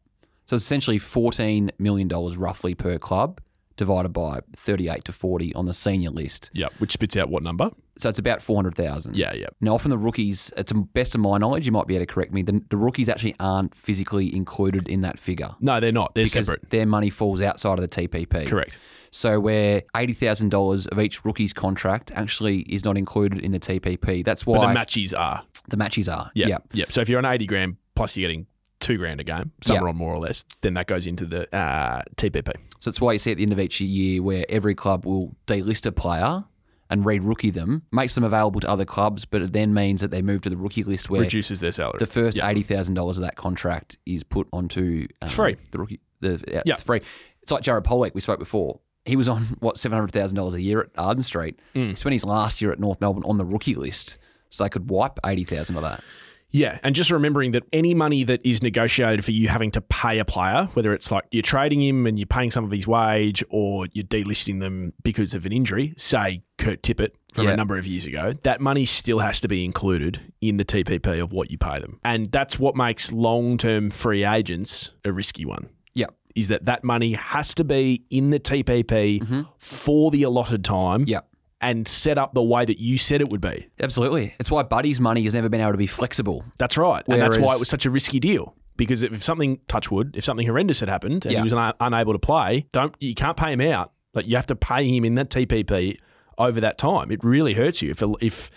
B: So it's essentially fourteen million dollars roughly per club, divided by thirty-eight to forty on the senior list.
A: Yeah, which spits out what number?
B: So it's about four hundred thousand.
A: Yeah, yeah.
B: Now, often the rookies, it's best of my knowledge, you might be able to correct me. The, the rookies actually aren't physically included in that figure
A: No, they're not. They're
B: because
A: separate.
B: their money falls outside of the TPP.
A: Correct.
B: So where eighty thousand dollars of each rookie's contract actually is not included in the TPP. That's
A: But the
B: why
A: matches are.
B: the matches are.
A: Yeah.
B: Yep.
A: Yep. So if you're on 80 grand plus you're getting two grand a game, some
B: Yeah.
A: are on more or less, then that goes into the uh, TPP.
B: So that's why you see at the end of each year where every club will delist a player and re-rookie them, makes them available to other clubs, but it then means that they move to the rookie list where
A: Reduces their salary.
B: the first
A: Yeah.
B: eighty thousand dollars of that contract is put onto um,
A: free.
B: the rookie. The, yeah,
A: Yeah.
B: it's free. It's like Jared Pollock we spoke before. He was on what seven hundred thousand dollars a year at Arden
A: Mm.
B: Street. He spent his last year at North Melbourne on the rookie list, so they could wipe eighty thousand of that.
A: Yeah, and just remembering that any money that is negotiated for you having to pay a player, whether it's like you're trading him and you're paying some of his wage or you're delisting them because of an injury, say Kurt Tippett from
B: Yeah.
A: a number of years ago, that money still has to be included in the TPP of what you pay them. And that's what makes long-term free agents a risky one.
B: Yep.
A: Is that that money has to be in the TPP
B: Mm-hmm.
A: for the allotted time
B: Yep.
A: and set up the way that you said it would be.
B: Absolutely. It's why Buddy's money has never been able to be flexible.
A: That's right. And that's why
B: Whereas-
A: it was such a risky deal. Because if something touch wood, if something horrendous had happened and he
B: Yeah.
A: was un- unable to play, don't you can't pay him out. Like you have to pay him in that TPP over that time. It really hurts you if if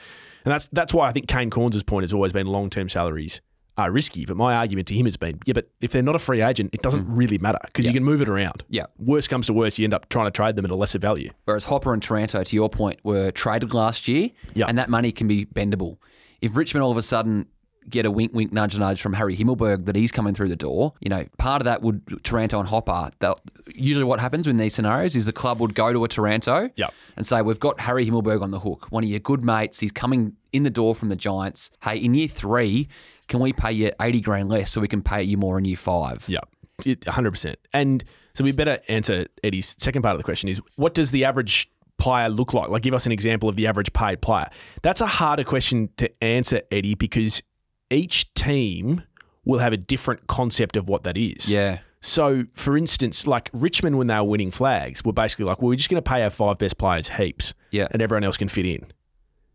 A: and that's that's why I think Kane Corns' point has always been long term salaries are risky. But my argument to him has been, yeah, but if they're not a free agent, it doesn't really matter because you can move it around.
B: Mm-hmm. Yeah.
A: Worst comes to worst, you end up trying to trade them at a lesser value.
B: Whereas Hopper and Taranto, to your point, were traded last year,
A: Yeah.
B: and that money can be bendable. If Richmond all of a sudden get a wink, wink, nudge, nudge from Harry Himmelberg that he's coming through the door, you know, part of that would Taranto and Hopper. they'll- Usually, what happens in these scenarios is the club would go to a Taranto
A: Yeah.
B: and say, "We've got Harry Himmelberg on the hook, one of your good mates. He's coming in the door from the Giants. Hey, in year three, can we pay you eighty grand less so we can pay you more in year five?
A: Yeah, it- 100%. And so we better answer Eddie's second part of the question is what does the average player look like? Like, give us an example of the average paid player. That's a harder question to answer, Eddie, because each team will have a different concept of what that is.
B: Yeah,
A: So, for instance, like Richmond, when they were winning flags, were basically like, well, we're just going to pay our five best players heaps
B: yeah,
A: and everyone else can fit in.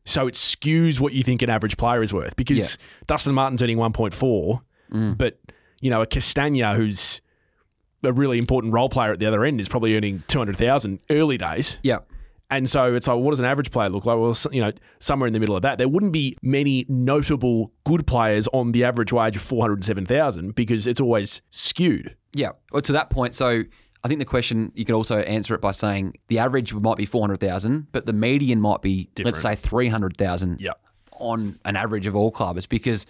A: So it skews what you think an average player is worth because Dustin Martin's earning 1.4, but you know a Castagna who's a really important role player at the other end is probably earning 200,000 early days.
B: yeah.
A: And so it's like, what does an average player look like? Well, s- you know, somewhere in the middle of that, there wouldn't be many notable good players on the average wage of 407,000 because it's always skewed.
B: Yeah. Well, to that point, so I think the question you could also answer it by saying the average might be four hundred thousand, but the median might be
A: Different.
B: let's say three hundred thousand
A: Yeah.
B: on an average of all clubs because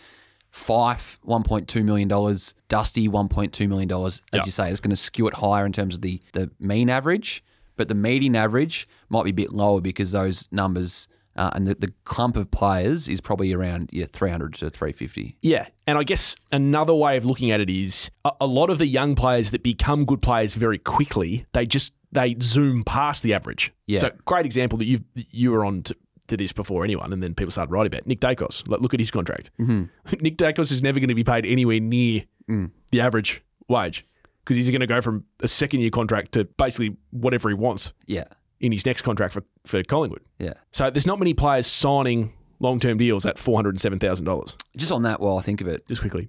B: Fife one point two million dollars, Dusty one point two million dollars, as
A: Yeah.
B: you say, it's going to skew it higher in terms of the the mean average, but the median average might be a bit lower because those numbers. Uh, and the, the clump of players is probably around yeah, 300 to 350.
A: Yeah. And I guess another way of looking at it is a, a lot of the young players that become good players very quickly, they just they zoom past the average.
B: Yeah.
A: So great example that you you were on to, to this before anyone, and then people started writing about it. Nick Dacos. Like, look at his contract. *laughs* Nick Dacos is never going to be paid anywhere near the average wage because he's going to go from a second year contract to basically whatever he wants
B: Yeah.
A: in his next contract for, for Collingwood.
B: Yeah.
A: So there's not many players signing long term deals at four hundred and seven thousand dollars.
B: Just on that, while I think of it,
A: Just quickly.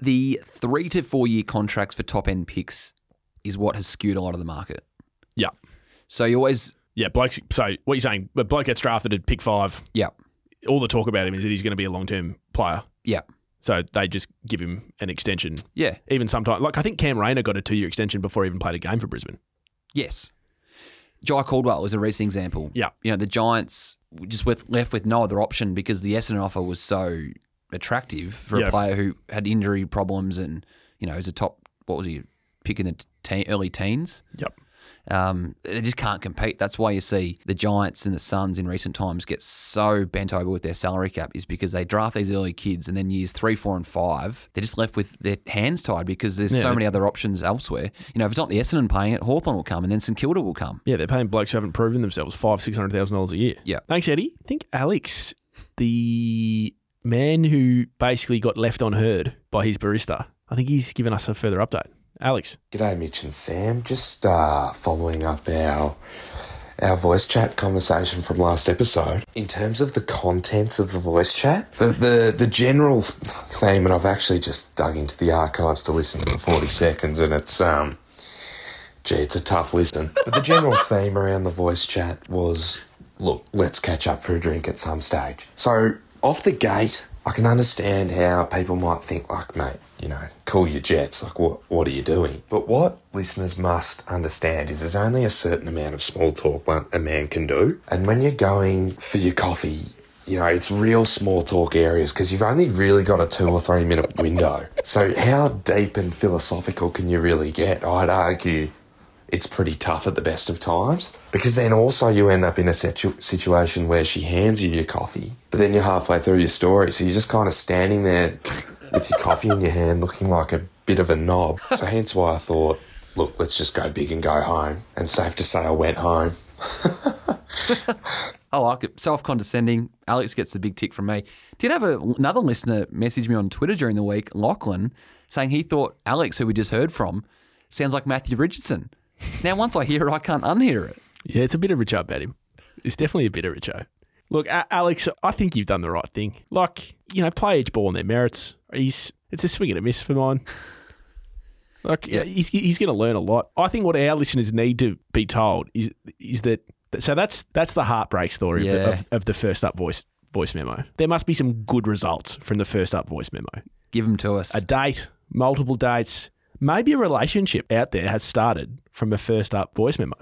B: the three to four year contracts for top end picks is what has skewed a lot of the market.
A: Yeah.
B: So you always,
A: Yeah, blokes. So what you're saying? A bloke gets drafted at pick five.
B: yeah,
A: All the talk about him is that he's going to be a long term player.
B: yeah,
A: So they just give him an extension.
B: yeah,
A: Even sometimes, like I think Cam Rayner got a two year extension before he even played a game for Brisbane.
B: yes. Jai Caldwell is a recent example.
A: Yeah.
B: You know, the Giants were just with, left with no other option because the Essendon offer was so attractive for
A: Yeah.
B: a player who had injury problems and, you know, is a top, what was he, pick in the te- early teens?
A: Yep.
B: Um, they just can't compete. That's why you see the Giants and the Suns in recent times get so bent over with their salary cap is because they draft these early kids and then years three, four, and five, they're just left with their hands tied because there's so
A: Yeah.
B: many other options elsewhere. You know, if it's not the Essendon paying it, Hawthorn will come and then St Kilda will come.
A: Yeah, they're paying blokes who haven't proven themselves five, six hundred thousand dollars a year.
B: Yeah.
A: Thanks, Eddie. I think Alex, the man who basically got left on herd by his barista, I think he's given us a further update. Alex.
D: G'day, Mitch and Sam. Just uh, following up our our voice chat conversation from last episode. In terms of the contents of the voice chat, the the, the general theme, and I've actually just dug into the archives to listen to the forty seconds, and it's um, gee, it's a tough listen. But the general theme around the voice chat was, look, let's catch up for a drink at some stage. So off the gate, I can understand how people might think, like, mate, you know, cool your jets. Like, what, what are you doing? But what listeners must understand is there's only a certain amount of small talk one, a man can do. And when you're going for your coffee, you know, it's real small talk areas because you've only really got a two or three minute window. So, how deep and philosophical can you really get? I'd argue it's pretty tough at the best of times because then also you end up in a situ- situation where she hands you your coffee, but then you're halfway through your story, so you're just kind of standing there with your coffee in your hand, looking like a bit of a knob. So hence why I thought, look, let's just go big and go home. And safe to say, I went home.
B: I like it. Self condescending. Alex gets the big tick from me. Did have a, another listener message me on Twitter during the week, Lachlan, saying he thought Alex, who we just heard from, sounds like Matthew Richardson. Now, once I hear it, I can't unhear it.
A: Yeah, it's a bit of Richo about him. It's definitely a bit of Richo. Look, A- Alex, I think you've done the right thing. Like, you know, play each ball on their merits. He's it's a swing and a miss for mine. Like, yeah. he's he's going to learn a lot. I think what our listeners need to be told is is that so that's that's the heartbreak story of, the,
B: Yeah.
A: of, of the first up voice voice memo. There must be some good results from the first up voice memo.
B: Give them to us.
A: A date, multiple dates, maybe a relationship out there has started from a first up voice memo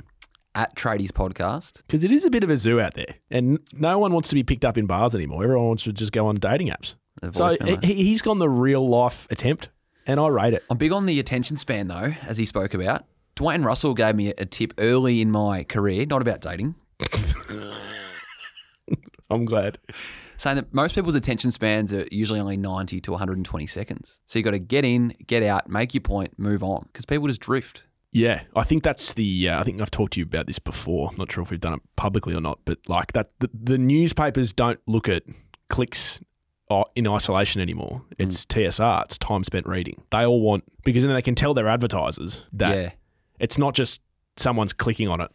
B: At Tradies Podcast.
A: because it is a bit of a zoo out there, and no one wants to be picked up in bars anymore. Everyone wants to just go on dating apps.
B: The voice
A: So
B: memo.
A: he, he's gone the real life attempt, and I rate it.
B: I'm big on the attention span, though, as he spoke about. Dwayne Russell gave me a tip early in my career, not about dating,
A: I'm glad.
B: saying that most people's attention spans are usually only 90 to 120 seconds. So you got to get in, get out, make your point, move on, because people just drift.
A: Yeah, I think that's the. Uh, I think I've talked to you about this before. I'm not sure if we've done it publicly or not, but like that, the, the newspapers don't look at clicks uh, in isolation anymore. It's TSR. It's time spent reading. They all want because then they can tell their advertisers that
B: Yeah,
A: it's not just someone's clicking on it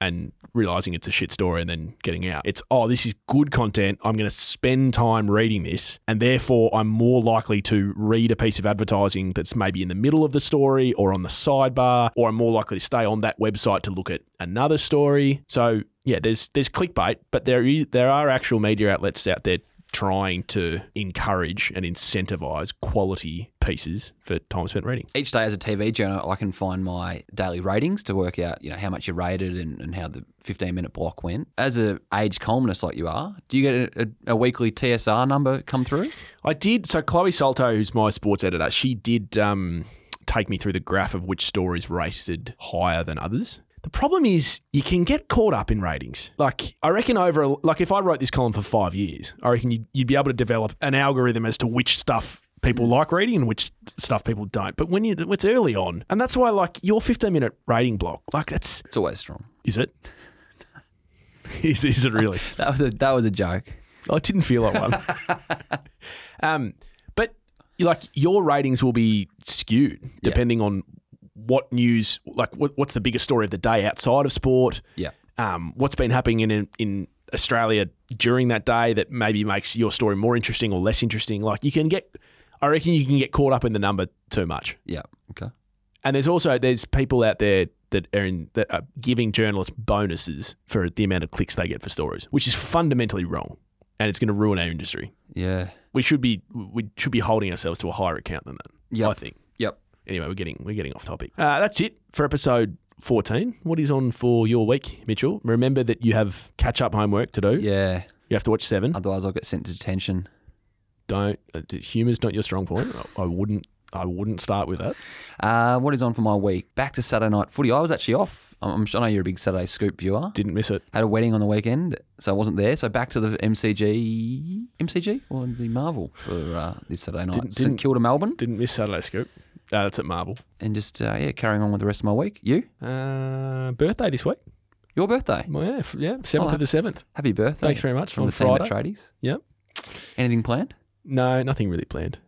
A: and realizing it's a shit story and then getting out. It's, oh, this is good content. I'm going to spend time reading this. And therefore, I'm more likely to read a piece of advertising that's maybe in the middle of the story or on the sidebar, or I'm more likely to stay on that website to look at another story. So, yeah, there's there's clickbait, but there is, there are actual media outlets out there trying to encourage and incentivize quality pieces for time spent reading.
B: each day as a TV journal, I can find my daily ratings to work out, you know, how much you rated and, and how the 15 minute block went. As a age columnist like you are, do you get a, a, a weekly TSR number come through?
A: I did. So Chloe Salto, who's my sports editor, she did um, take me through the graph of which stories rated higher than others. The problem is you can get caught up in ratings. Like I reckon over like if I wrote this column for five years, I reckon you'd, you'd be able to develop an algorithm as to which stuff people like reading and which stuff people don't. But when you it's early on, and that's why like your fifteen minute rating block, like that's
B: It's always strong.
A: is it. *laughs* Is, is it really?
B: That was a, that was a joke.
A: I didn't feel like one. um, but like your ratings will be skewed depending on what news, like what, what's the biggest story of the day outside of sport.
B: Yeah.
A: Um, what's been happening in in Australia during that day that maybe makes your story more interesting or less interesting. Like you can get, I reckon you can get caught up in the number too much.
B: Yeah. Okay.
A: And there's also there's people out there that are in that are giving journalists bonuses for the amount of clicks they get for stories, which is fundamentally wrong, and it's going to ruin our industry.
B: Yeah.
A: We should be we should be holding ourselves to a higher account than that.
B: Yep.
A: I think.
B: Yep.
A: Anyway, we're getting we're getting off topic. Uh, that's it for episode. 14. What is on for your week, Mitchell? Remember that you have catch up homework to do.
B: Yeah. Um,
A: You have to watch seven.
B: Otherwise, I'll get sent to detention.
A: Don't uh, humor's not your strong point. I- I wouldn't I wouldn't start with that.
B: Uh, what is on for my week? Back to Saturday night footy. I was actually off. I'm, I'm sure I know you're a big Saturday scoop viewer.
A: Didn't miss it.
B: Had a wedding on the weekend, so I wasn't there. So back to the MCG, MCG or the Marvel for uh, this Saturday night.
A: Didn't-
B: St
A: didn't-
B: Kilda, Melbourne,
A: Didn't miss Saturday Scoop. Uh, that's at Marvel.
B: and just uh, yeah, carrying on with the rest of my week. You,
A: Uh, birthday this week.
B: your birthday.
A: Well, yeah, f- yeah, seventh
B: Oh,
A: of the seventh.
B: Happy birthday!
A: Thanks very much.
B: from
A: on
B: the
A: Friday.
B: team at Tradies.
A: Yep.
B: Anything planned?
A: No, nothing really planned.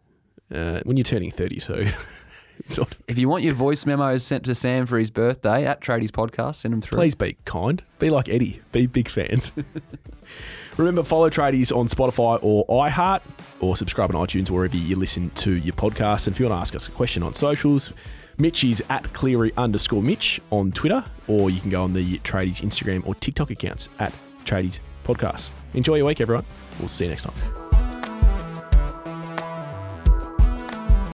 A: Uh, when you're turning thirty, so *laughs* it's not-
B: If you want your voice memos sent to Sam for his birthday at Tradies Podcast, send them through.
A: please be kind. Be like Eddie. Be big fans. Remember, follow Tradies on Spotify or iHeart, or subscribe on iTunes wherever you listen to your podcast. And if you want to ask us a question on socials, Mitch is at Cleary underscore Mitch on Twitter, or you can go on the Tradies Instagram or TikTok accounts at Tradies Podcast. Enjoy your week, everyone. We'll see you next time.